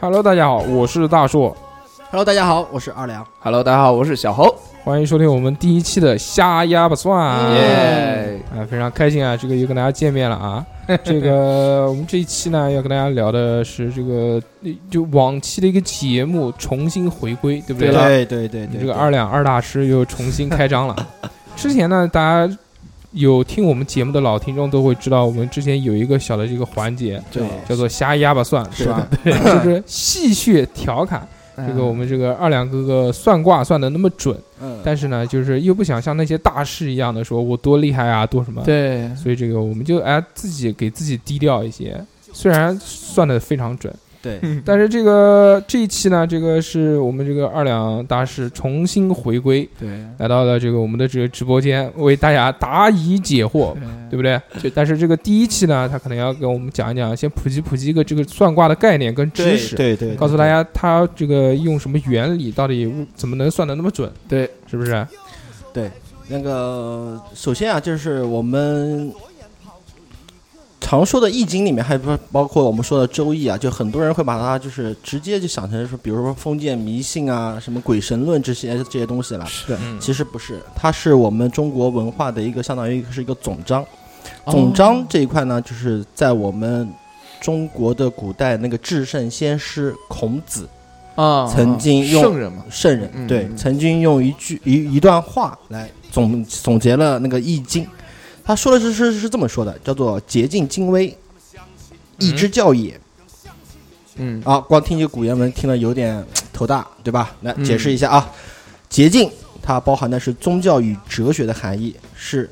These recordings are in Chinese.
Hello，大家好，我是大硕， Hello，大家好，我是二良。 Hello，大家好，我是小侯。欢迎收听我们第一期的瞎鸭吧算。耶，啊，非常开心啊！这个又跟大家见面了 啊！这个我们这一期呢，要跟大家聊的是这个就往期的一个节目重新回归，对不对？对对对你对，这个二两二大师又重新开张 了。之前呢，大家有听我们节目的老听众都会知道，我们之前有一个小的这个环节对叫做“瞎鸭吧算”，是吧？就是戏谑调侃。这个我们这个二两哥哥算卦算的那么准，嗯，但是呢，就是又不想像那些大师一样的说我多厉害啊，多什么。嗯对，所以这个我们就哎自己给自己低调一些，虽然算的非常准，对但是这个这一期呢，这个是我们这个二两大师重新回归，对，来到了这个我们的这个直播间，为大家答疑解惑，嗯对不对？就但是这个第一期呢，他可能要跟我们讲一讲，先普及普及一个这个算卦的概念跟知识，对对，告诉大家它这个用什么原理，到底怎么能算的那么准，对，是不是？那个，首先啊，就是我们呃啊常说的《易经》里面，还包包括我们说的《周易》啊，就很多人会把它就是直接就想成说，比如说封建迷信啊，什么鬼神论这些这些东西了。是的，其实不是，它是我们中国文化的一个相当于一个是一个哦总章。哦总章这一块呢，就是在我们中国的古代那个至圣先师孔子啊，曾经用圣人嘛，圣人，嗯对，嗯曾经用一句一一段话来总总结了那个《易经》，他说的是是是这么说的，叫做“竭尽精微，易之教也”嗯，啊，光听这古原文，听了有点头大，对吧？来嗯解释一下啊，“竭尽”它包含的是宗教与哲学的含义，是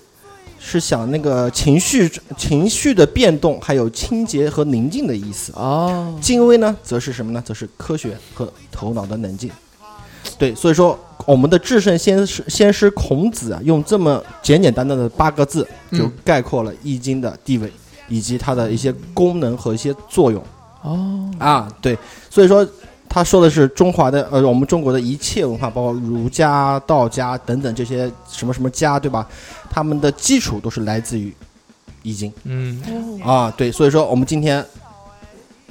是想那个情绪情绪的变动，还有清洁和宁静的意思。啊哦，精微呢，则是什么呢？则是科学和头脑的冷静。对，所以说我们的至圣先师先师孔子啊，用这么简简单单的八个字，就嗯概括了《易经》的地位以及它的一些功能和一些作用哦，啊。对，所以说他说的是中华的呃，我们中国的一切文化，包括儒家、道家等等这些什么什么家，对吧？他们的基础都是来自于《易经》。嗯，啊，对，所以说我们今天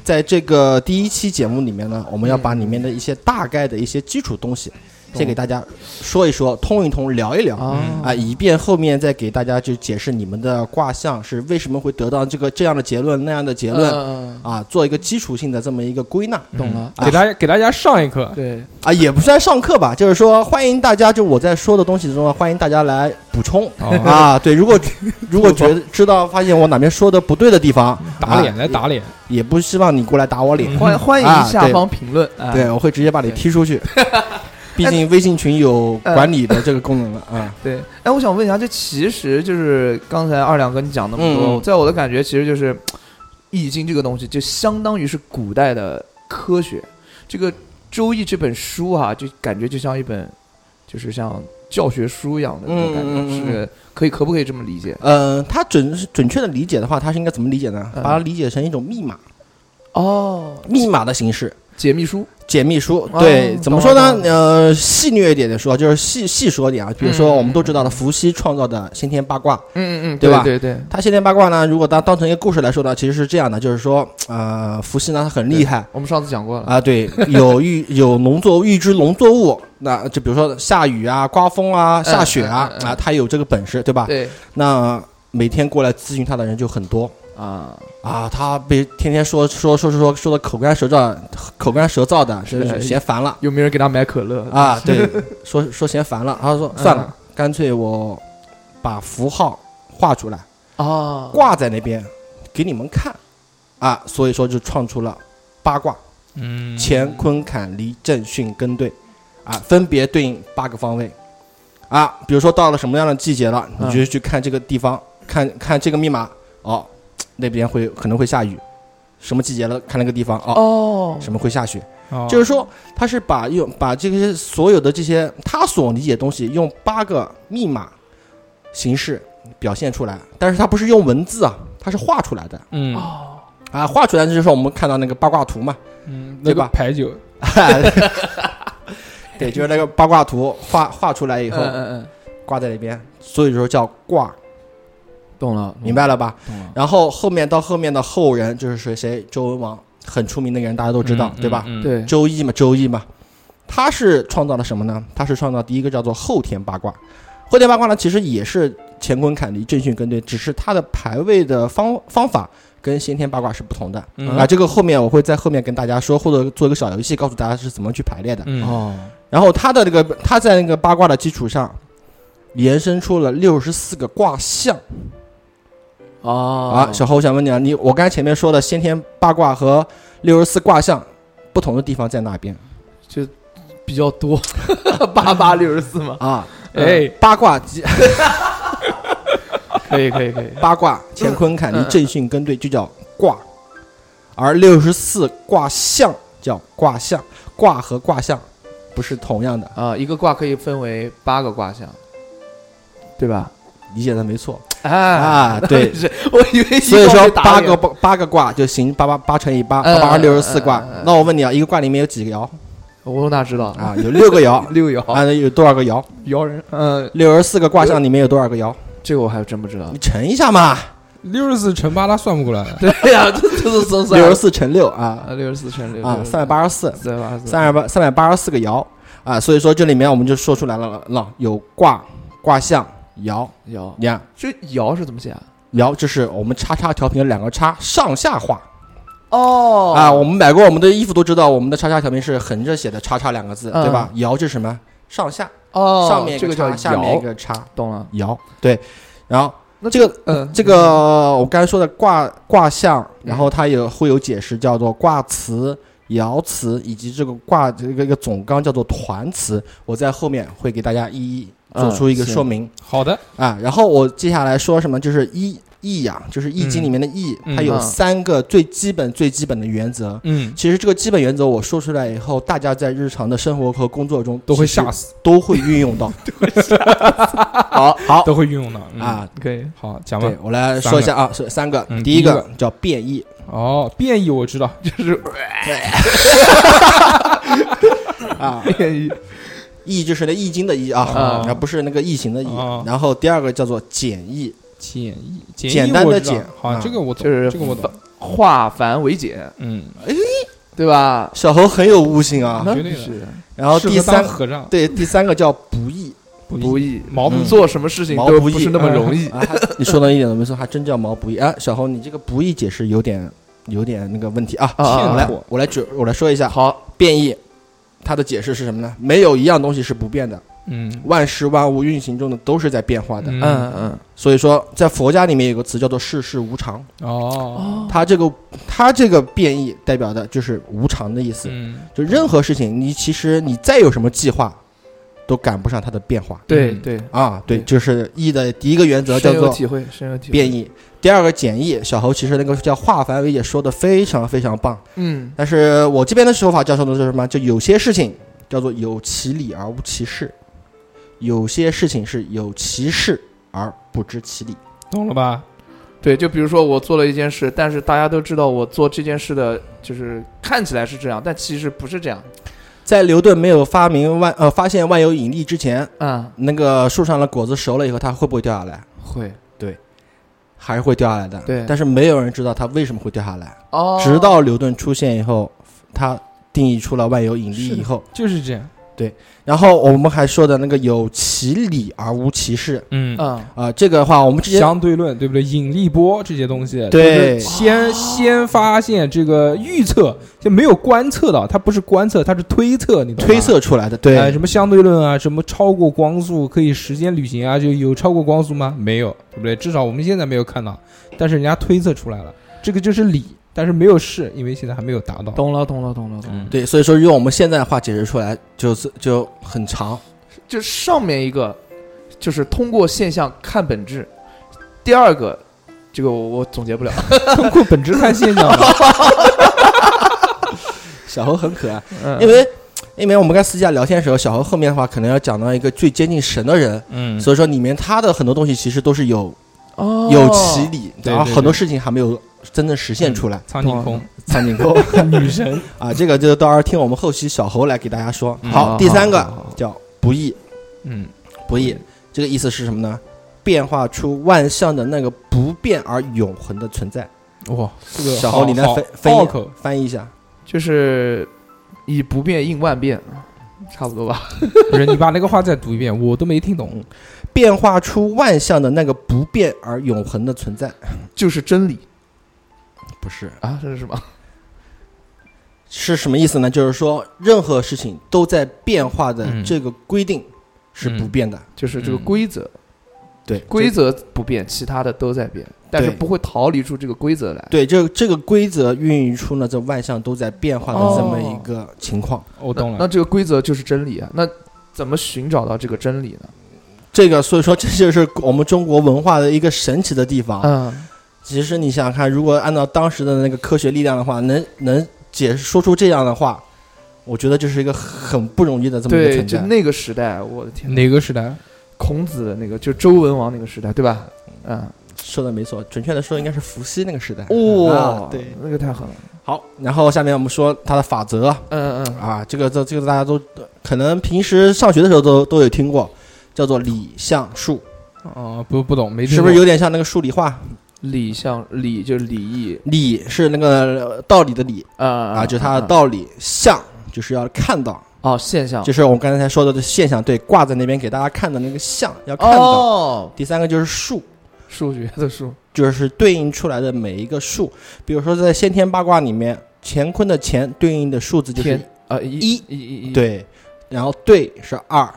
在这个第一期节目里面呢，我嗯们要把里面的一些大概的一些基础东西，先给大家说一说，通一通，聊一聊。啊啊，以便后面再给大家就解释你们的卦象是为什么会得到这个这样的结论那样的结嗯论、论啊，做一个基础性的这么一个归纳嗯懂了，给大家给大家上一课，对，啊，也不算上课吧，就是说欢迎大家就我在说的东西中啊，欢迎大家来补 充哦 啊，对，如果如果觉得知道发现我哪边说的不对的地方，打脸啊来打脸，也不希望你过来打我脸，欢欢迎啊下方评论，啊对我会直接把你踢出 去。毕哎竟微信群有嗯管理的这个功能了啊。对，哎，我想问一下，这其实就是刚才二两哥你讲那么多，嗯在我的感觉，其实就是《易经》这个东西，就相当于是古代的科学。这个《周易》这本书哈、就感觉就像一本，就是像教学书一样的那种感觉，嗯嗯嗯嗯是可以可不可以这么理解？嗯，它准准确的理解的话，它是应该怎么理解呢？嗯把它理解成一种密码，哦，密码的形式，解密书，解密书。哦对，懂怎么说了呢懂？呃，细虐一点的说，就是细细说点啊。比如说，嗯我们都知道的伏羲创造的先天八卦，嗯嗯嗯，对吧对对对，他先天八卦呢，如果当当成一个故事来说呢，其实是这样的，就是说，呃，伏羲呢他很厉害，我们上次讲过了。啊，对，有预有农作物预知农作物，那就比如说下雨啊、刮风啊、下雪啊嗯嗯，嗯啊，他有这个本事，对吧？对那每天过来咨询他的人就很多啊，啊，他被天天说说说说说说的口干舌燥，口干舌燥的，真的是是嫌烦了有没有人给他买可乐？啊， 对，说说嫌烦了，他说嗯算了，干脆我把符号画出来，啊，挂在那边给你们看啊，所以说就创出了八卦。嗯，乾坤坎离震巽艮兑，啊，分别对应八个方位，啊，比如说到了什么样的季节了，嗯你就去看这个地方，看看这个密码，哦，那边会可能会下雨，什么季节了，看那个地方，哦，哦，什么会下雪，哦就是说他是把用把这些所有的这些他所理解的东西，用八个密码形式表现出来，但是他不是用文字啊，他是画出来的，嗯哦，啊，画出来就是我们看到那个八卦图嘛，嗯，那对个吧牌九， 对，就是那个八卦图画画出来以嗯后嗯嗯，挂在那边，所以说叫卦，懂了，明白了吧？懂了，然后后面到后面的后人就是谁谁周文王，很出名的一个人，大家都知道，嗯对吧？嗯嗯对，周易嘛，周易嘛，他是创造了什么呢？他是创造第一个叫做后天八卦。后天八卦呢，其实也是乾坤坎离震巽艮兑，只是它的排位的方方法跟先天八卦是不同的。嗯啊，这个后面我会在后面跟大家说，或者做一个小游戏，告诉大家是怎么去排列的。嗯哦，然后他的这个他在那个八卦的基础上，延伸出了六十四个卦象。哦啊，小侯，我想问你啊，你我刚才前面说的先天八卦和六十四卦象不同的地方在哪边比较 多，八八六十四嘛，啊？哎，八卦即 可以可以可以，八卦乾坤坎离嗯嗯震巽艮兑就叫卦，而六十四卦象叫卦象，卦和卦象不是同样的，啊，一个卦可以分为八个卦象，对吧？理解的没错啊。啊，对是 我以为一所以卦说被打八脸个八八个卦就行，八八八乘以八，嗯八八二嗯六十四嗯卦嗯嗯。那我问你啊，一个卦里面有几个哦爻我哪知道啊？有六个 爻六爻啊，那有多少个爻？爻人，嗯，六十四个卦象里面有多少个爻？这个我还真不知道你。乘一下嘛，六十四乘八，他算不过来。 对呀，这这是总 算六十四乘六啊啊，六十四乘六啊，三百，八十四，三百八十三十八三百八十四个爻啊，所以说这里面我们就说出来了了，有卦、卦象、爻，爻，你看这爻是怎么写啊？爻就是我们叉叉调频的两个叉上下画哦啊，我们买过我们的衣服都知道，我们的叉叉调频是横着写的叉叉两个字，嗯对吧？爻就是什么上下，哦，上面一这个个叫叉，下面一爻，个叉，懂了。爻对，然后。那这个嗯，这个我刚才说的卦卦象，然后它也会有解释，叫做卦辞、爻辞，以及这个卦这个一个总纲叫做团辞。我在后面会给大家一一做出一个嗯行说明、好的，啊。然后我接下来说什么，就是易易呀，就是易经里面的易，嗯它有嗯三个最基本最基本的原则。嗯，其实这个基本原则我说出来以后，大家在日常的生活和工作中都会其实吓死，都会运用 到。好好都会运用到嗯啊，可以好，讲吧对。我来说一下啊，是三个嗯，第一第一个叫变异。哦，变异我知道，就是啊，变异易就是那易经的易啊啊，而不是那个异形的易啊。然后第二个叫做简易，简易，简易简单的我知道简好，啊这个我懂，就是这个我懂，化繁为简，嗯，对吧？小猴很有悟性啊嗯。那绝对的是然后适第合当三，和尚对，第三个叫不易不易，毛不嗯做什么事情毛都不易不是那么容易。啊。还你说的一点都没错，还真叫毛不易啊。小猴，你这个不易解释有点有点那个问题啊。啊啊我来啊我来举我来说一下好，变异。它的解释是什么呢？没有一样东西是不变的，嗯万事万物运行中的都是在变化的。嗯嗯嗯，所以说，在佛家里面有个词叫做世事无常，哦，它这个它这个变异代表的就是无常的意思。嗯就任何事情，你其实你再有什么计划，都赶不上它的变化对嗯对，啊。对，对就是易的第一个原则叫深有做体会，深有体会。变，易，第二个简易。小侯其实那个叫化繁为简说的非常非常棒，嗯，但是我这边的说法叫做的是什么？就有些事情叫做有其理而无其事，有些事情是有其事而不知其理。懂了吧？对，就比如说我做了一件事，但是大家都知道我做这件事的，就是看起来是这样，但其实不是这样。在牛顿没有发明万呃发现万有引力之前，嗯，那个树上的果子熟了以后，它会不会掉下来？会还是会掉下来的。对但是没有人知道它为什么会掉下来，哦，直到牛顿出现以后，他定义出了万有引力是的以后，就是这样，然后我们还说的那个有其理而无其事嗯，嗯，啊、这个的话我们之前相对论对不对？引力波这些东西，对就是先先发现这个预测，就没有观测到，它不是观测，它是推测，你懂吗推。测出来的，呃，哎对什么相对论啊，什么超过光速可以时间旅行啊，就有超过光速吗？没有，对不对？至少我们现在没有看到，但是人家推测出来了，这个就是理，但是没有试，因为现在还没有达到。懂了，懂了，懂了，懂了。嗯， 对，所以说用我们现在的话解释出来就是就很长，就上面一个就是通过现象看本质，第二个这个我我总结 不了。通过本质看现象嘛。小猴很可爱，嗯，因为因为我们刚私下聊天的时候，小猴后面的话可能要讲到一个最接近神的人。嗯所以说，里面他的很多东西其实都是有哦有其理，对然后对很多对嗯事情还没有真正实现出来。苍井空苍井空，女神， 啊，这个就到时候听我们后期小侯来给大家说。嗯好，好第三好个好好叫不易，嗯，不易，这个意思是什么呢？变化出万象的那个不变而永恒的存在。哇，这个小好侯，你来好翻翻拗译口，翻译一下，就是以不变应万变，差不多吧。不是你把那个话再读一遍，我都没听嗯懂。变化出万象的那个不变而永恒的存在，就是真理不是啊，这是什么？是什么意思呢？就是说任何事情都在变化的嗯这个规定是不变的，就是这个嗯规则，对规则不变，其他的都在变，但是对不会逃离出这个规则来。对，这这个规则孕育出了这万象都在变化的这么一个情况。我那懂那了，这个规则就是真理啊，那怎么寻找到这个真理呢？这个，所以说这就是我们中国文化的一个神奇的地方。嗯，其实你想想看，如果按照当时的那个科学力量的话，能能解释说出这样的话，我觉得这是一个很不容易的这么一个对，存就在。那个时代，我的天，哪个时代？孔子的那个，就周文王那个时代，对吧？嗯，说的没错，准确的说应该是伏羲那个时代。哦哇啊，对，那个太狠了。好，然后下面我们说它的法则嗯嗯，啊，这个这这个大家都可能平时上学的时候都都有听过，叫做理象数，哦，不不懂，没听是不是过有点像那个数理化？礼像礼就是礼义理是那个呃道理的理啊啊，就是它他的道理，象就是要看到，哦现啊象就是我们刚才说的这现象，对，挂在那边给大家看的那个象要看到。哦，第三个就是数，数学的数就是对应出来的每一个数，比如说在先天八卦里面，乾坤的乾对应的数字就是天啊一一一一一对，然后兑是二，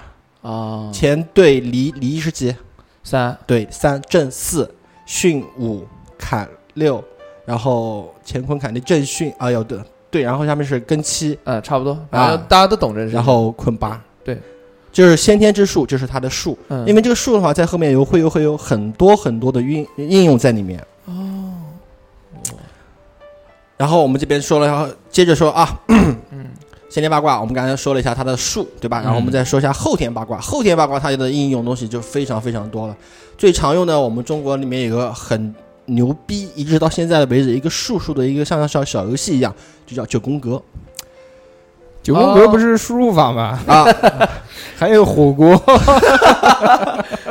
啊乾兑离离是几？三对，三震四，巽五坎六，然后乾坤坎的震巽，啊，有的对，然后下面是庚七，嗯差不多，反正大家都懂这是。然后坤八，对，就是先天之数，就是它的数，嗯因为这个数的话，在后面有会有会有很多很多的运应用在里面。哦然后我们这边说了，然后接着说啊，嗯先天八卦，我们刚才说了一下它的数，对吧？嗯然后我们再说一下后天八卦。后天八卦它的应用东西就非常非常多了。最常用的，我们中国里面有个很牛逼，一直到现在为止一个数数的一个像小小游戏一样，就叫九宫格九宫格不是输入法吗？哦啊。 还有火锅，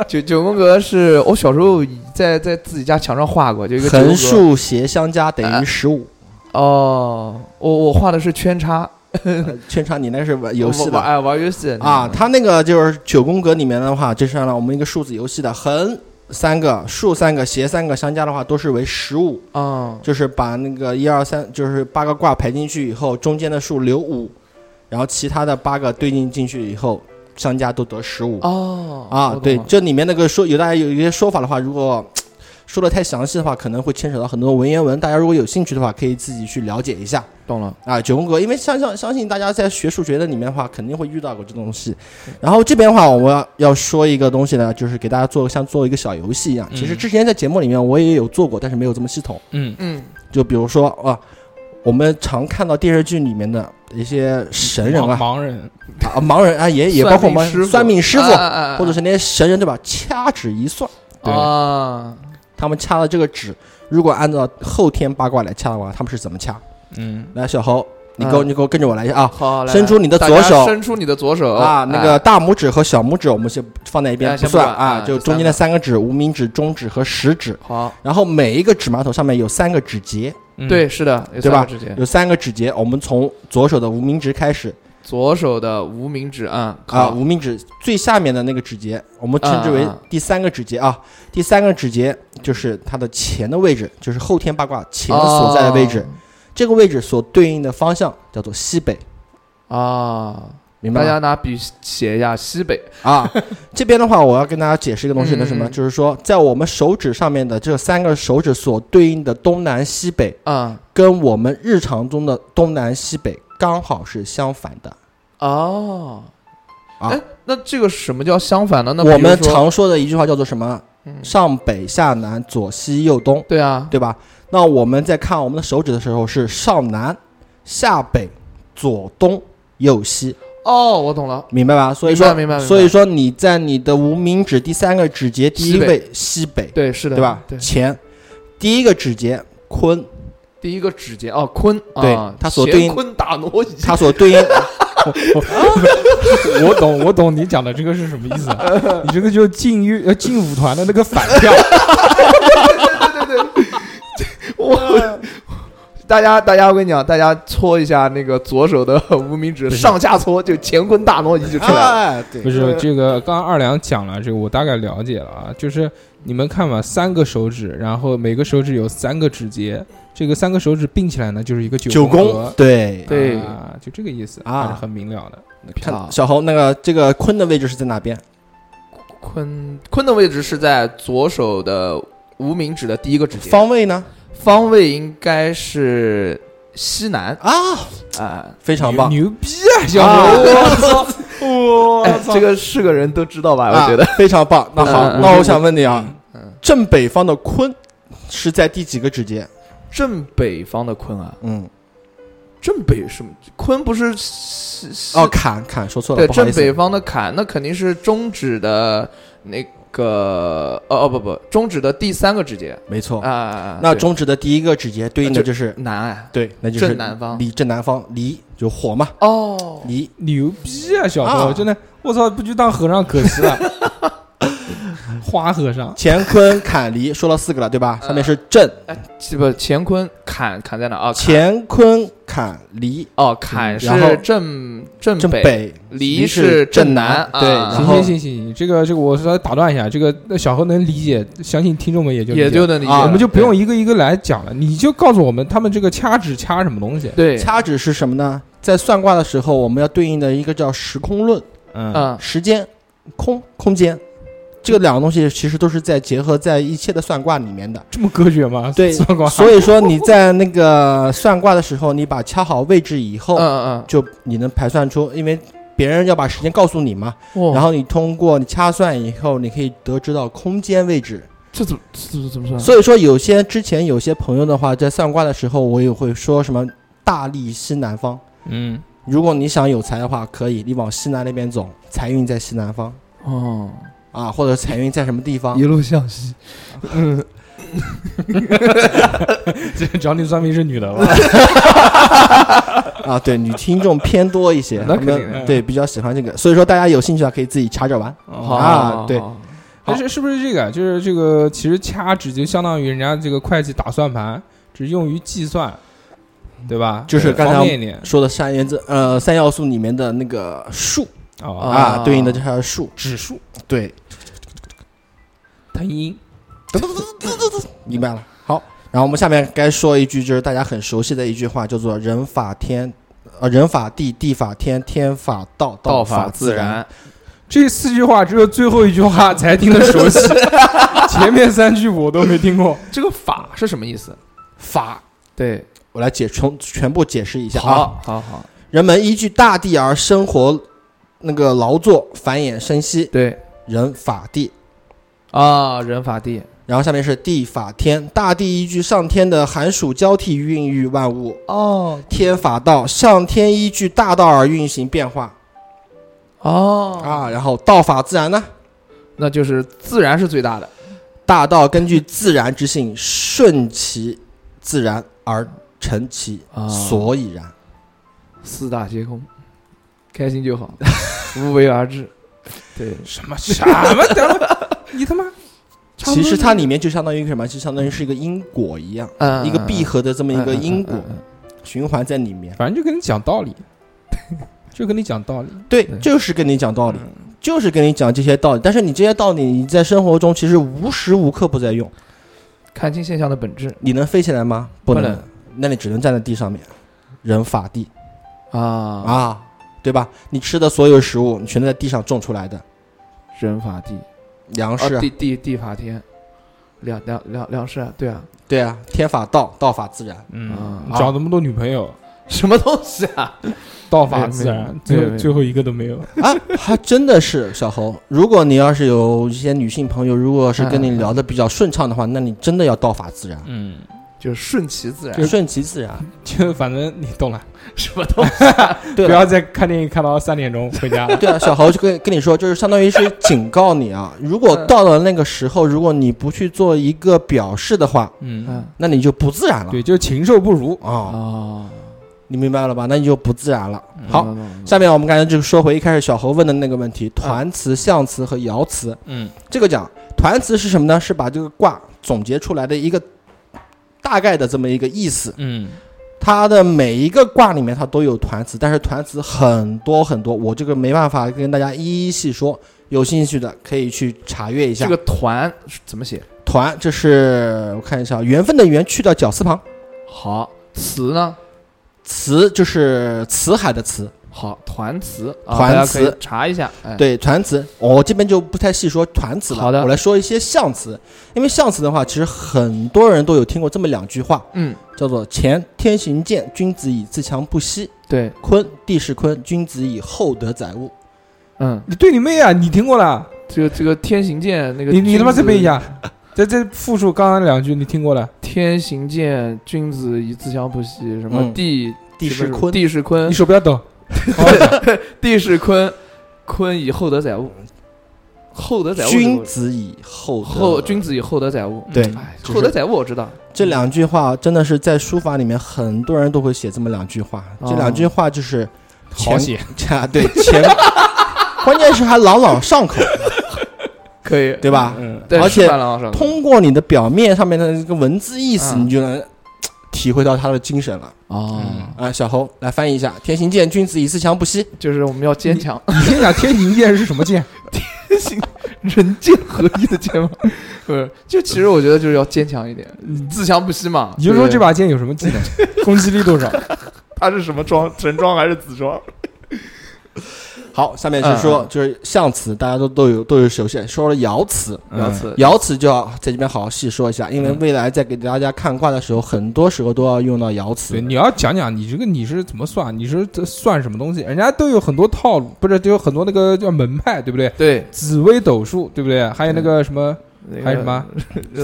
九九宫格是我小时候在在自己家墙上画过，就一个九宫格横竖斜相加等于十五。哦，我我画的是圈叉圈叉，你那是玩游戏玩的哎玩游戏的那啊？种它那个就是九宫格里面的话，就是按照我们一个数字游戏的横三个、竖三个、斜三个相加的话，都是为十五。嗯就是把那个一二三，就是八个卦排进去以后，中间的数留五，然后其他的八个对应进去以后，相加都得十五、哦我啊。懂对，了这里面那个说有大家有一些说法的话，如果嘖说的太详细的话，可能会牵扯到很多文言文，大家如果有兴趣的话，可以自己去了解一下懂了，啊。九宫格，因为相相相信大家在学数学的里面的话，肯定会遇到过这东西。然后这边的话，我们要要说一个东西呢，就是给大家做像做一个小游戏一样。其实嗯之前在节目里面我也有做过，但是没有这么系统。嗯，嗯就比如说啊，我们常看到电视剧里面的一些 神人啊，盲盲人，啊盲人啊，也也包括我算命师们傅算命师傅，啊啊啊或者是那些神人对吧？掐指一算，对啊，他们掐的这个指，如果按照后天八卦来掐的话，他们是怎么掐？嗯，来，小侯，你跟我嗯你给我跟着我来一下啊。好，来伸出你的左手大家伸出你的左手啊，那个大拇指和小拇指我们先放在一边哎不先算不管啊，啊就就中间的三个指，无名指、中指和食指。哎好，然后每一个指馒头上面有三个指节，嗯，对，是的，有对三吧个指节，有三个指节，我们从左手的无名指开始，左手的无名指啊，啊，好无名指最下面的那个指节，我们称之为啊啊第三个指节啊。第三个指节就是它的钱的位置，就是后天八卦钱所在的位置。这个位置所对应的方向叫做西北，哦啊，明白大吗？家拿笔写一下西北啊，这边的话，我要跟大家解释一个东西，那什么，嗯嗯嗯就是说，在我们手指上面的这三个手指所对应的东南西北，啊，跟我们日常中的东南西北刚好是相反的。哦，啊哎，那这个什么叫相反呢？那我比如们说常说的一句话叫做什么？嗯上北下南，左西右东。对啊，对吧？那我们在看我们的手指的时候是上南、下北、左东、右西，哦，我懂了，明白吧？所以明白说，明白明白所以说你在你的无名指第三个指节第一位西北，对，是的，对吧？对，前第一个指节坤，第一个指节哦，坤，对啊它所对应乾坤大挪移，它所 对应我懂，我懂你讲的这个是什么意思啊？ 你这个就劲乐呃劲舞团的那个反跳，我我大家大家，我跟你讲，大家搓一下那个左手的无名指，不是上下搓就乾坤大挪移就出来了。哎，对，不是这个，刚刚二两讲了，这个我大概了解了啊，就是你们看嘛，三个手指，然后每个手指有三个指节，这个三个手指并起来呢，就是一个九宫宫，对，对啊，就这个意思啊还是很明了的。看小猴那个这个坤的位置是在哪边？坤坤的位置是在左手的无名指的第一个指节，方位呢？方位应该是西南啊，啊。非常棒，牛牛逼啊，小啊猴！我哎，这个是个人都知道吧？啊我觉得啊非常棒。那好，嗯那我想问你啊，嗯正北方的坤是在第几个指节？正北方的坤啊，嗯，正北什么？坤不是西西哦，坎坎说错了，对，不好正意思北方的坎，那肯定是中指的那个，哦哦不不，中指的第三个指节没错。啊。那对中指的第一个指节对应的就是南哎，对，那就是正南方离正南方离就火嘛，哦，离牛逼啊，小猴！啊真的，我操，不去当和尚可惜了，花和尚。乾坤坎离说了四个了，对吧？嗯下面是震，这不乾坤坎坎在哪啊？坎乾坤坎离哦，坎然后是正正正嗯北，北，离是是正正南南，对啊然行后行行行，行这个这个我稍微打断一下，这个那小何能理解，相信听众们也就理解也就能理解啊了，我们就不用一个一个来讲了，你就告诉我们他们这个掐指掐什么东西。对，对掐指是什么呢？在算卦的时候，我们要对应的一个叫时空论，嗯，嗯，时间、空、空间，这个两个东西其实都是在结合在一切的算卦里面的。这么科学吗？对算卦，所以说你在那个算卦的时候，你把掐好位置以后，嗯就你能排算出，因为别人要把时间告诉你嘛，嗯，哇然后你通过你掐算以后，你可以得知到空间位置。这怎么这怎么怎么嗯算？所以说，有些之前有些朋友的话，在算卦的时候，我也会说什么大力西南方。嗯，如果你想有财的话，可以你往西南那边走，财运在西南方哦，嗯啊，或者财运在什么地方一？路向西，这只要你算命是女 的吧？啊，对，女听众偏多一些， 那他肯定啊们的对比较喜欢这个，所以说大家有兴趣啊，可以自己查着玩。好哦，啊对，好好好但是是不是这个？啊就是这个，其实掐指就相当于人家这个会计打算盘，只用于计算，对吧？就是刚才方便一点说的三原则，呃，三要素里面的那个数哦，啊，啊对应的就是它的数。指数对，藤阴明白了。好，然后我们下面该说一句，就是大家很熟悉的一句话，叫做“人法天，呃，人法地，地法天，天法道，道法法自然”然，这四句话只有最后一句话才听得 熟悉，前面三句我都没听过。这个法是什么意思？法，对，我来解从全部解释一下啊。好好好，人们依据大地而生活，那个劳作、繁衍、生息，对人法地。啊，人法地然后下面是地法天，大地依据上天的寒暑交替孕育万物；哦天法道，上天依据大道而运行变化哦啊。然后道法自然呢，那就是自然是最大的，大道根据自然之性，顺其自然而成其啊所以然。四大皆空，开心就好， 无为而治。对，什么什么？等会儿你他妈！差不其多实就它里面就相当于什么？就相当于是一个因果一样，嗯，一个闭合的这么一个因果嗯嗯嗯循环在里面。反正就跟你讲道理， 就跟你讲道理。对，对嗯就是跟你讲道理，就是跟你讲这些道理。但是你这些道理，你在生活中其实无时无刻不在用。看清现象的本质你能飞起来吗？不能，能那你只能站在地上面，人法地啊，啊，对吧？你吃的所有食物，你全在地上种出来的人法地，粮食啊，啊，地地地法天，两两两两是啊，对啊，对啊，天法道，道法自然。嗯，啊找那么多女朋友，什么东西啊？道法自然，没最有没有没有没有最后一个都没有。啊，还真的是小猴。如果你要是有一些女性朋友，如果是跟你聊的比较顺畅的话，那你真的要道法自然，嗯，就是顺其自然对，顺其自然。就反正你懂了，什么东西？对啊不了，要再看电影看到三点钟回家了。对啊，小猴就跟跟你说，就是相当于是警告你啊，如果到了那个时候，如果你不去做一个表示的话，嗯，嗯那你就不自然了。对，就禽兽不如。啊、哦，你明白了吧？那你就不自然了。好，懂了，懂了下面我们刚才就说回一开始小猴问的那个问题：啊团词、象词和爻词。嗯这个讲团词是什么呢？是把这个卦总结出来的一个大概的这么一个意思。嗯它的每一个卦里面它都有团词，但是团词很多很多，我这个没办法跟大家一一细说。有兴趣的可以去查阅一下。这个团是怎么写？团，这是我看一下，缘分的缘去掉绞丝旁，好，词呢？词就是辞海的辞。好，团词啊，团大家可以词查一下。哎，对团词，我这边就不太细说团词了。好的我来说一些象词，因为象词的话，其实很多人都有听过这么两句话，嗯，叫做“乾天行健，君子以自强不息；对，坤地势坤，君子以厚德载物。嗯，你对你妹啊！你听过了？这个这个天行健那个你你他妈再这背边一下，再再复述刚刚那两句，你听过了？天行健，君子以自强不息。什么嗯地地什势么坤，地势坤你，手不要抖。地势坤，坤以厚德载物。厚德载物这个，君子嗯以厚德厚君子以厚德载物。 对哎，就是厚德载物我知道。这两句话真的是在书法里面，很多人都会写这么两句话。哦这两句话就是好写， 啊，对前， 关键是还朗朗上口，可以，对吧？嗯，对而且是板廊上的通过你的表面上面的这个文字意思，嗯你就能嘖体会到他的精神了。哦，啊，小侯来翻译一下：天行健，君子以自强不息。就是我们要坚强，你先讲天行健是什么健？人剑合一的剑吗？不是，就其实我觉得就是要坚强一点，自强不息嘛。你就说嗯对这把剑有什么技能，攻击力多少？它是什么装，神装还是紫装？好，下嗯面是说、就是象词，大家都都有都有熟悉。说了爻辞，呃爻嗯辞，爻辞就要在这边好好细说一下，因为未来在给大家看卦的时候，很多时候都要用到爻辞。对，你要讲讲你这个你是怎么算，你是这算什么东西？人家都有很多套路，不是都有很多那个叫门派，对不对？对，紫微斗数，对不对？还有那个什么，那个还有什么？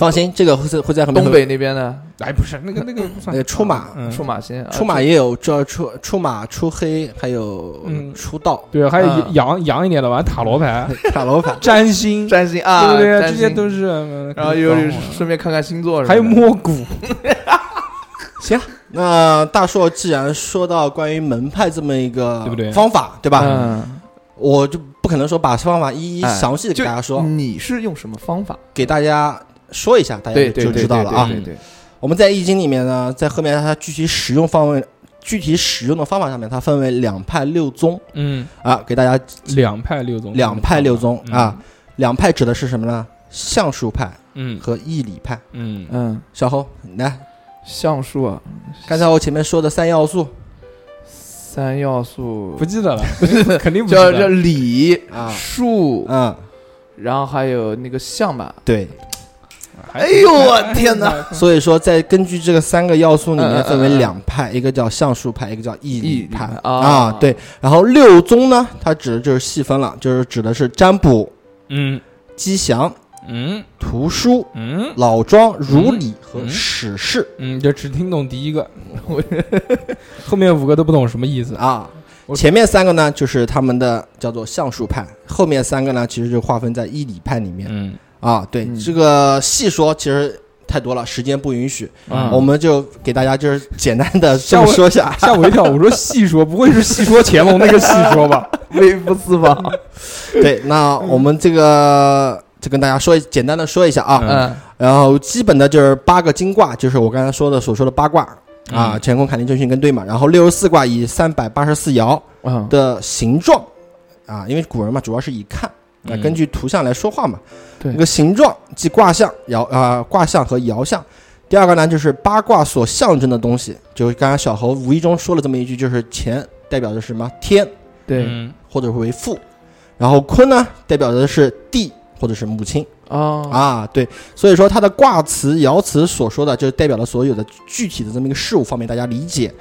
放心，这个会在会在后面东北那边的哎，不是那个那个不那算个出马，嗯出马仙，啊出马也有这出出马、出黑，还有嗯出道、对，还有嗯洋洋一点的玩塔罗牌、。塔罗牌 占星，对占星啊，不对？占这星些都是。嗯然后又顺便看看星座什么的，还有摸骨，行，那大硕既然说到关于门派这么一个对不对方法，对吧？嗯，我就不可能说把方法一一哎详细的就给大家说，你是用什么方法？给大家说一下，哎大家对对就对知道了啊对。对对，对我们在易经里面呢，在后面它具体使用方位。具体使用的方法上面，它分为两派六宗嗯，啊，给大家两派六宗，两派六宗嗯啊，，两派指的是什么呢？象数派嗯和易理派。嗯，嗯，小侯，来橡树啊，刚才我前面说的三要素三要素不记得了，肯定不记叫得叫了，礼啊树，嗯，然后还有那个象吧。对，哎呦我天哪！所以说在根据这个三个要素里嗯嗯嗯面嗯分为两派，一个叫象数派，一个叫易易理理派派啊啊对，然后六宗呢，它指的就是细分了，就是指的是占卜、 嗯吉祥、嗯图书、嗯老庄、儒理和嗯史事嗯，就只听懂第一个，我后面五个都不懂什么意嗯思。啊。我前面三个呢，就是他们的叫做象数派，后面三个呢，其实就划分在易理派里面嗯，啊。对，嗯这个细说其实太多了，时间不允许。嗯我们就给大家就是简单的这下么回说一下。吓我一跳，我说细说，不会是细说乾隆那个细说吧？微不私访。对，那我们这个就跟大家说一简单的说一下啊，嗯，然后基本的就是八个金卦，就是我刚才说的所说的八卦。啊，嗯乾坤坎离震巽艮兑嘛，然后六十四卦以三百八十四爻嗯，的形状，啊，因为古人嘛，主要是以看，那、嗯根据图像来说话嘛。对一个形状即卦象、爻啊、卦象和爻象。第二个呢，就是八卦所象征的东西，就是刚刚小侯无意中说了这么一句，就是乾代表的是什么天，对嗯或者为父，然后坤呢代表的是地或者是母亲啊，啊，对，所以说它的卦辞、爻辞所说的，就是代表了所有的具体的这么一个事物方面，大家理解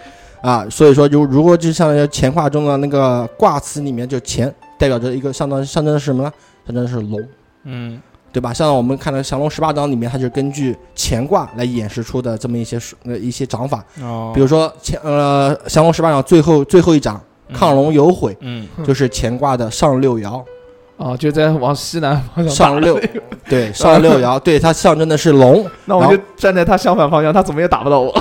啊。所以说，就如果就像乾卦中的那个卦辞里面，就乾代表着一个相当象征的是什么呢？象征的是龙，嗯对吧？像我们看的降龙十八掌里面，它就是根据乾卦来演示出的这么一些术呃一些掌法，哦比如说乾呃降龙十八掌最后最后一掌亢，龙有悔，嗯嗯就是乾卦的上六爻。哦，就在往西南 方向。上六， 对上六爻，对它象征的是龙。那然我后就站在他相反方向，他怎么也打不到我。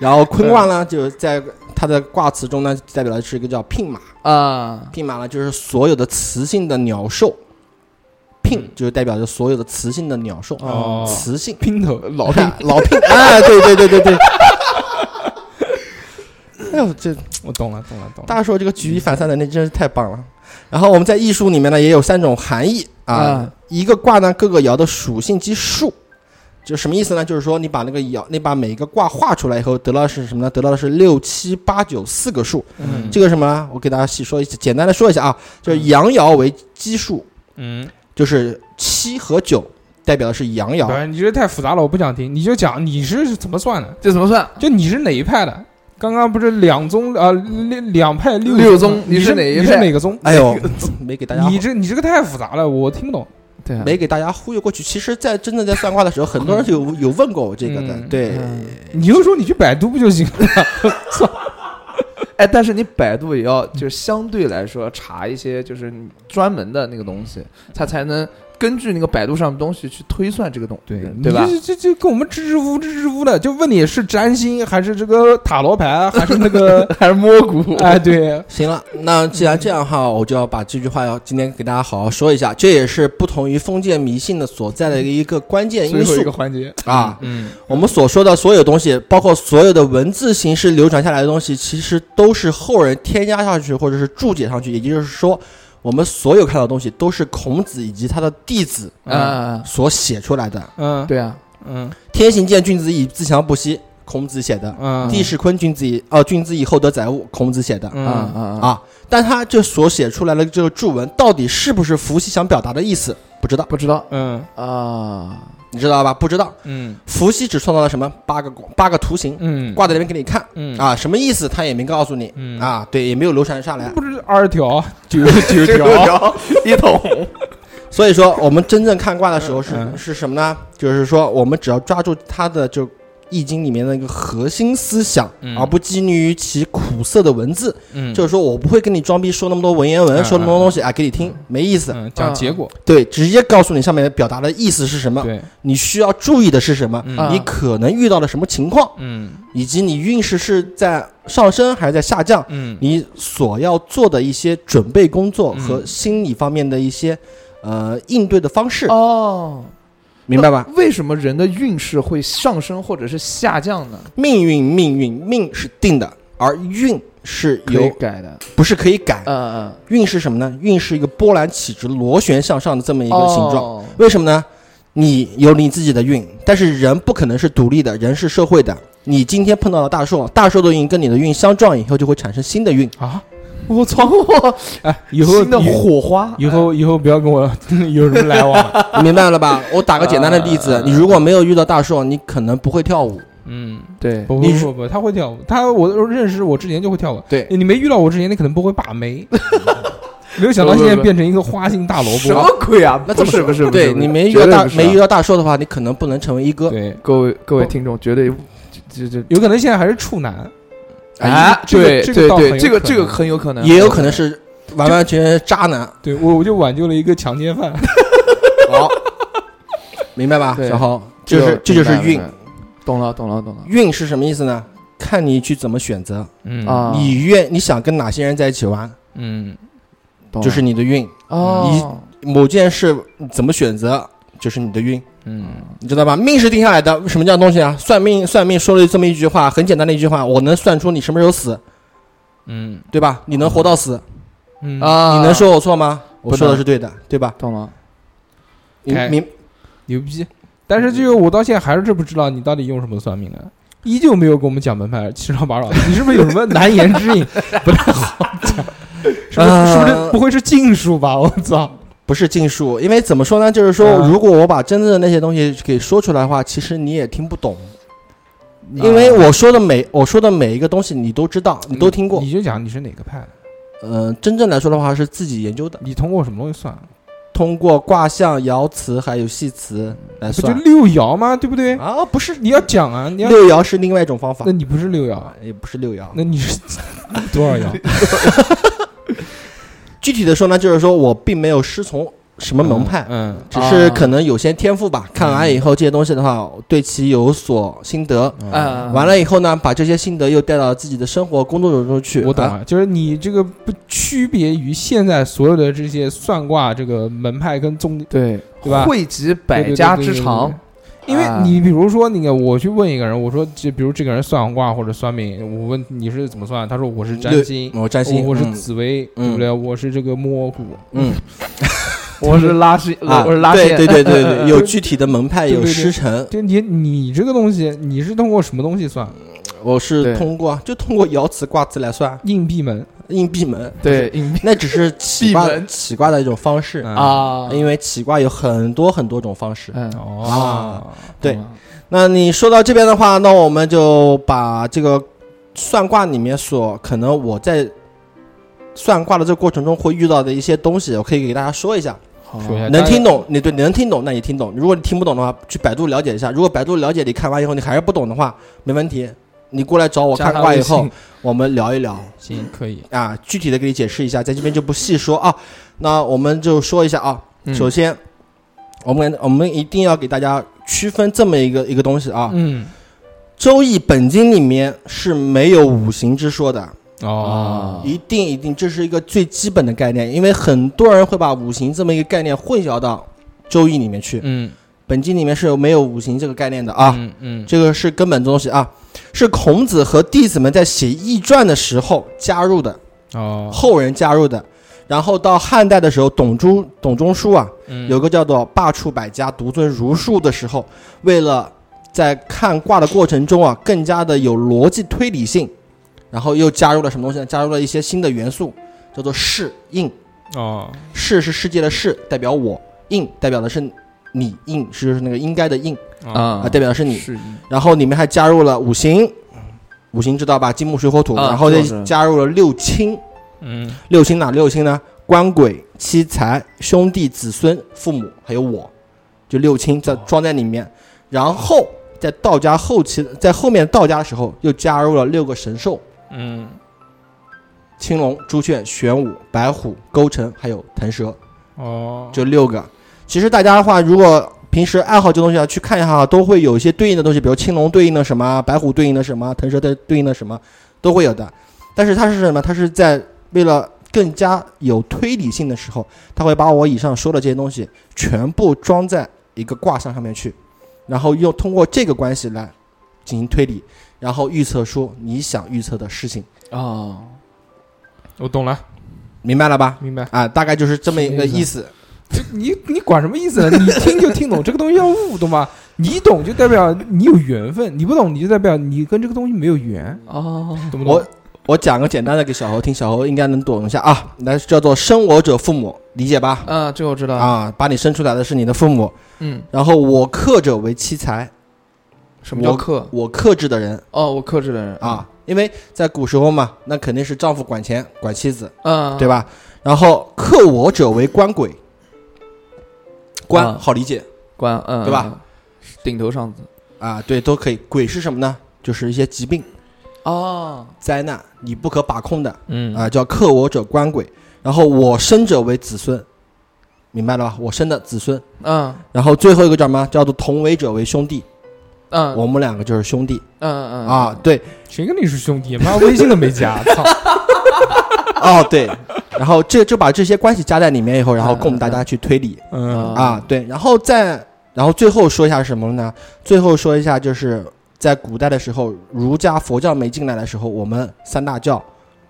然后坤卦呢，就是在它的卦辞中呢，代表的是一个叫聘马。啊，聘马呢，就是所有的雌性的鸟兽。聘就是代表着所有的雌性的鸟兽，哦雌性姘头 老聘老聘啊，对对对对对。 哎呦，这我懂了，懂了，懂了。大硕这个举一反三能力真是太棒了。然后我们在艺术里面呢，也有三种含义啊，嗯一个卦呢各个爻的属性及数，就什么意思呢？就是说你把那个爻，你把每一个卦画出来以后，得到的是什么呢？得到的是六七八九四个数。嗯这个什么呢？我给大家细说一下，简单的说一下啊，就是阳爻为奇数，嗯，就是七和九代表的是阳爻。对，你这太复杂了，我不想听。你就讲你是怎么算的，这怎么算？就你是哪一派的？刚刚不是两宗呃两两派六六宗宗吗，你你是哪一你是派哪个宗？哎 呦，没给大家好你这你这个太复杂了，我听不懂。对啊，没给大家忽悠过去。其实，在真正在算卦的时候，很多人有有问过我这个的，嗯对，嗯你就说你去百度不就行了？哎，但是你百度也要就是相对来说查一些就是你专门的那个东西，它才能根据那个百度上的东西去推算这个东对对吧？这这跟我们支支吾支支吾的，就问你是占星还是这个塔罗牌，还是那 个还是摸骨？哎，对，行了，那既然这样哈，我就要把这句话要今天给大家好好说一下，这也是不同于封建迷信的所在的一个关键因最后素一个环节，啊。嗯，我们所说的所有东西，包括所有的文字形式流传下来的东西，其实都是后人添加上去或者是注解上去，也就是说。我们所有看到的东西都是孔子以及他的弟子啊，所写出来的。嗯，，对啊，嗯天行健，君子以自强不息，孔子写的。嗯，帝释坤君子以哦、君子以厚德载物，孔子写的、啊嗯啊啊，啊。但他这所写出来的这个注文，到底是不是伏羲想表达的意思，不知道，不知道嗯啊，你知道吧？不知道。嗯伏羲只创造了什么八个八个图形，嗯，挂在那边给你看嗯，啊，什么意思他也没告诉你嗯啊，对，也没有流传下来。不是二十条，九十九条，条一桶，所以说，我们真正看卦的时候是嗯是什么呢？就是说，我们只要抓住它的就《易经》里面的一个核心思想，嗯而不拘泥于其苦涩的文字，嗯，就是说我不会跟你装逼说那么多文言文，嗯说那么多东西啊，给你听没意思。嗯讲结果，对，直接告诉你上面表达的意思是什么，对，你需要注意的是什么，啊嗯你可能遇到了什么情况，嗯以及你运势是在上升还是在下降，嗯你所要做的一些准备工作嗯和心理方面的一些呃应对的方式，哦，明白吧？？为什么人的运势会上升或者是下降呢？命运，命运，命是定的，而运是可以由改的，不是可以改，嗯嗯，运是什么呢？运是一个波澜起伏、螺旋向上的这么一一个形状。状，为什么呢？你有你自己的运，但是人不可能是独立的，人是社会的。你今天碰到了大寿，大寿的运跟你的运相撞以后，就会产生新的运。啊，我操，哎，以后新的以火花，以后以后不要跟我有什么来往了，你明白了吧？ 我打个简单的例子啊，你如果没有遇到大寿，你可能不会跳舞。嗯。对，不不你不不，他会跳舞，他我认识我之前就会跳舞。对你没遇到我之前，你可能不会把妹。没有想到现在变成一个花心大萝什么卜。鬼啊？那不怎么是不是，不是对不是你没遇绝到对大不是啊没遇到大寿的话，你可能不能成为一哥。对，各位各位不听众绝对这这有可能现在还是处男。哎啊，这个对这个对倒很对，有这个可这个能很有可能，也有可能是完完全全渣男。对我我就挽救了一个强奸犯。好，明白吧，对小豪？这就个是这就是，明运白。了懂了懂了懂了运是什么意思呢？看你去怎么选择，嗯啊，你愿你想跟哪些人在一起玩，嗯懂了就是你的运。哦，某件事怎么选择，就是你的运，嗯你知道吧？命是定下来的，什么叫东西啊？算命算命说了这么一句话，很简单的一句话，我能算出你什么时候死，嗯对吧？你能活到死，嗯啊，你能说我错吗？不我说的能是对的，对吧？懂了？你哎明牛逼！但是这个我到现在还是不知道你到底用什么算命的，依旧没有给我们讲门派七绕八绕。你是不是有什么难言之隐？ 不太好讲，是不是？是不是呃不会是禁术吧？我操！不是禁术，因为怎么说呢？就是说，啊如果我把真正的那些东西给说出来的话，其实你也听不懂，啊嗯因为我说的每我说的每一个东西你都知道，你都听过。你就讲你是哪个派的，嗯，真正来说的话是自己研究的，你通过什么东西算？通过卦象、爻辞还有系辞来不就算。六爻吗？对不对？啊，不是你要讲啊，你要，六爻是另外一种方法啊那，你不是六爻，啊也不是六爻。那你是多少爻？具体的说呢，就是说我并没有师从什么门派，嗯，只啊是可能有些天赋吧。看完以后这些东西的话，对其有所心得。嗯啊，完了以后呢，把这些心得又带到自己的生活、工作中去。我懂啊了，就是你这个不区别于现在所有的这些算卦这个门派跟宗，对对吧汇集百家之对对对对对长对，因为你比如说那个，我去问一个人，我说这比如这个人算卦或者算命，我问你是怎么算，他说我是占星，我占星，我我是嗯紫薇，嗯对不对？我是这个摸骨，嗯我是拉稀，啊，我是拉对线，对对 对对，有对具体的门派，对有对对师承。就你你这个东西，你是通过什么东西算？我对是通过就通过爻辞卦辞来算硬币门硬币门，对隐蔽那只是起卦闭门起卦的一种方式，嗯啊，因为起卦有很多很多种方式。嗯，哦，对懂了那你说到这边的话，那我们就把这个算卦里面所可能我在算卦的这个过程中会遇到的一些东西，我可以给大家说一下。好啊说一下能听懂，你对你能听懂，那你听懂；如果你听不懂的话，去百度了解一下。如果百度了解你看完以后你还是不懂的话，没问题，你过来找我看卦以后，，我们聊一聊。行，可以，啊，具体的给你解释一下，在这边就不细说啊。那我们就说一下啊，嗯首先，我们我们一定要给大家区分这么一个一个东西啊，嗯，周易本经》里面是没有五行之说的，哦啊，一定一定，这是一个最基本的概念，因为很多人会把五行这么一个概念混淆到《周易》里面去，嗯本经》里面是没有五行这个概念的啊，嗯嗯，这个是根本东西啊，是孔子和弟子们在写《易传》的时候加入的。哦，后人加入的。然后到汉代的时候，董仲董仲舒啊，嗯有个叫做“罢黜百家，独尊儒术”的时候，为了在看卦的过程中啊，更加的有逻辑推理性，然后又加入了什么东西呢？加入了一些新的元素，叫做世应。哦，世是世界的世，代表我；应代表的是你，应是就是那个应该的应啊，啊啊，代表的是你。是然后里面还加入了五行，五行知道吧？金木水火土，啊然后再知道知道加入了六亲。嗯六亲哪六亲呢？官鬼、妻财、兄弟、子孙、父母，还有我，就六亲在装在里面。然后在道家后期，在后面道家的时候，又加入了六个神兽：嗯，青龙、朱雀、玄武、白虎、勾陈，还有腾蛇，哦，就六个。其实大家的话，如果平时爱好这东西啊，去看一下啊，都会有一些对应的东西，比如青龙对应的什么，啊白虎对应的什么，腾蛇对对应的什么，都会有的。但是它是什么？它是在为了更加有推理性的时候，它会把我以上说的这些东西全部装在一个卦象上面去，然后用通过这个关系来进行推理，然后预测出你想预测的事情，啊，哦我懂了，明白了吧？明白。啊，大概就是这么一个意思。这你你管什么意思呢？你听就听懂，这个东西要悟，懂吗？你懂就代表你有缘分，你不懂你就代表你跟这个东西没有缘，哦，懂不懂我？我讲个简单的给小侯听，小侯应该能懂一下啊。那叫做生我者父母，理解吧？嗯，这个我知道，啊，把你生出来的是你的父母，嗯，然后我克者为妻财，什么叫我克？我克制的人哦，我克制的人，嗯啊，因为在古时候嘛，那肯定是丈夫管钱管妻子，啊嗯，对吧？然后克我者为官鬼，啊啊官好理解官，嗯，对吧嗯？顶头上司，啊，对，都可以。鬼是什么呢？就是一些疾病、哦，灾难，你不可把控的嗯啊，叫克我者官鬼。然后我生者为子孙，明白了吧？我生的子孙。嗯然后最后一个叫什么？叫做同为者为兄弟，嗯，我们两个就是兄弟嗯嗯啊。，对，谁跟你是兄弟？妈，微信都没加， 操！哦对，然后这就把这些关系加在里面以后，然后供大家去推理嗯啊。对，然后再然后最后说一下什么呢？最后说一下就是在古代的时候，儒家、佛教没进来的时候，我们三大教、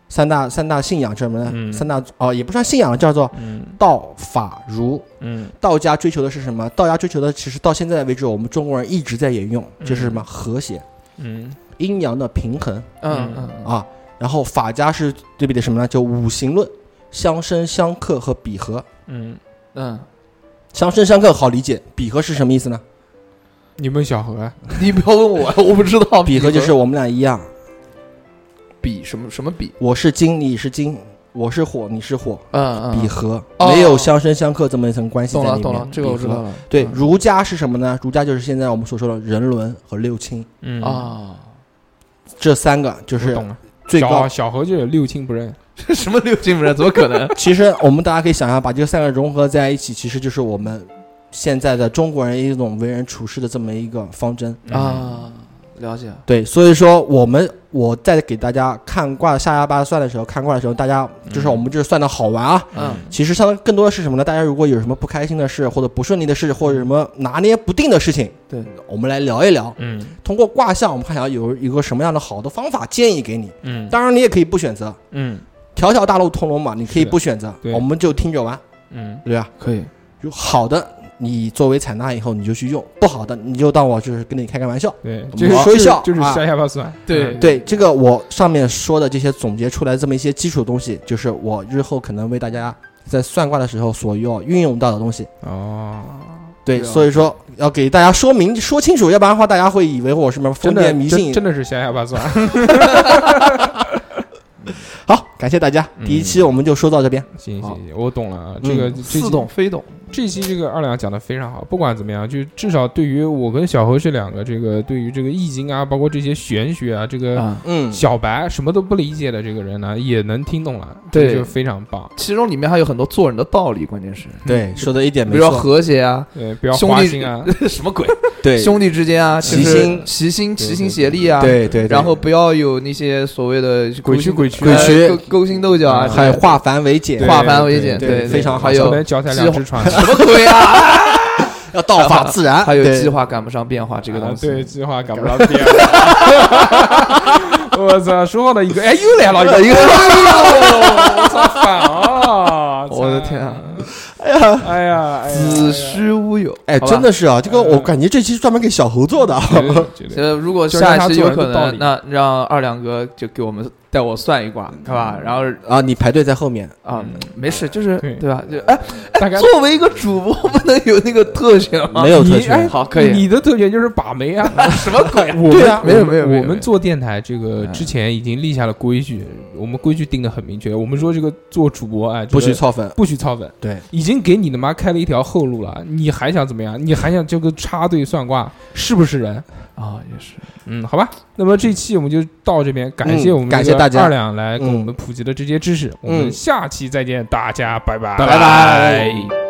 三大三大信仰是什么呢？嗯三大哦也不算信仰，叫做嗯道、法、儒。嗯道家追求的是什么？道家追求的其实到现在为止，我们中国人一直在沿用，就是什么和谐、嗯阴阳的平衡。嗯嗯啊，然后法家是对比的什么呢？就五行论，相生相克和比合。嗯，嗯，相生相克好理解，比合是什么意思呢？你问小何啊，你不要问我， 我不知道 比合就是我们俩一样，比什么什么比，我是金，你是金，我是火，你是火，嗯嗯，比合、哦没有相生相克这么一层关系在懂里了面。懂了，这个我知道比合。了，对，嗯儒家是什么呢？儒家就是现在我们所说的人伦和六亲嗯，啊， 这三个，就我是懂了。最高小小何就有六亲不认，这什么六经不认？怎么可能？其实我们大家可以想象，把这三个融合在一起，其实就是我们现在的中国人一种为人处事的这么一个方针。嗯啊，了解。对，所以说我们我在给大家看卦下下巴算的时候，看卦的时候，大家就是嗯我们就是算的好玩啊。嗯，其实相当更多的是什么呢？大家如果有什么不开心的事，或者不顺利的事，或者什么拿捏不定的事情，对，我们来聊一聊。嗯通过卦象，我们看一下有一个什么样的好的方法建议给你。嗯当然，你也可以不选择，嗯条条大路通罗马，你可以是的不选择，对我们就听着玩，嗯对吧？可以。有好的，你作为采纳以后你就去用；不好的，你就当我就是跟你开开玩笑。对，我就是说就一是笑就是啊下下巴算，对嗯对这个我上面说的这些总结出来这么一些基础的东西，就是我日后可能为大家在算卦的时候所要运用到的东西。哦，对，对啊所以说要给大家说明说清楚，要不然的话大家会以为我是什么真封的建迷真信真。的是下下巴 算。好，感谢大家，嗯第一期我们就说到这边。行行好行，我懂了啊，嗯这个这似期懂非懂。这期这个二两讲的非常好，不管怎么样，就至少对于我跟小何这两个，这个对于这个易经啊，包括这些玄学啊，这个啊，嗯，小白什么都不理解的这个人呢，也能听懂了，对这就非常棒。其中里面还有很多做人的道理，关键是，对，说的一点比没如说错。和谐啊，对，不要兄花弟心啊， 什么鬼？对，兄弟之间啊，齐就是心齐心，对齐对心协力啊。对对，对然后不要有那些所谓的鬼勾区心鬼区鬼呃区勾勾心斗角啊，嗯还有对化繁为简对，化繁为简，对对对，非常好还小有白脚踩两只船，什么鬼啊？要道法自然。还有对计划赶不上变化这个啊东对，西。计划赶不上变化。 我操，说好的一个，哎，又来了一个，一个我操，反啊！ 我的天啊哎呀，哎呀，哎呀，子虚乌有，哎，好吧真。的是啊，这个我嗯感觉这期是专门给小猴做的啊。绝对，绝对 呃，如果就是让下他一期做有人可的道理能，那让二两哥就给我们带我算一卦，是吧？然后啊，你排队在后面，啊，没事，就是对对吧？就哎，大概作为一个主播，不能有那个特权吗没？有特你哎权。好，可以。你的特权就是把妹啊！什么鬼？我对们啊我们没有没有没有我没们有做电台这个嗯之前已经立下了规矩，我们规矩定的很明确。我们说这个做主播哎，这个不许操粉，不许操粉，对，已经给你他妈开了一条后路了，你还想怎么样？你还想这个插队算卦，是不是人？ 啊，也是。嗯，好吧，那么这期我们就到这边，感谢嗯我们感这个谢大家二两来给嗯我们普及的这些知识，我嗯们下期再见，大家拜拜，拜拜拜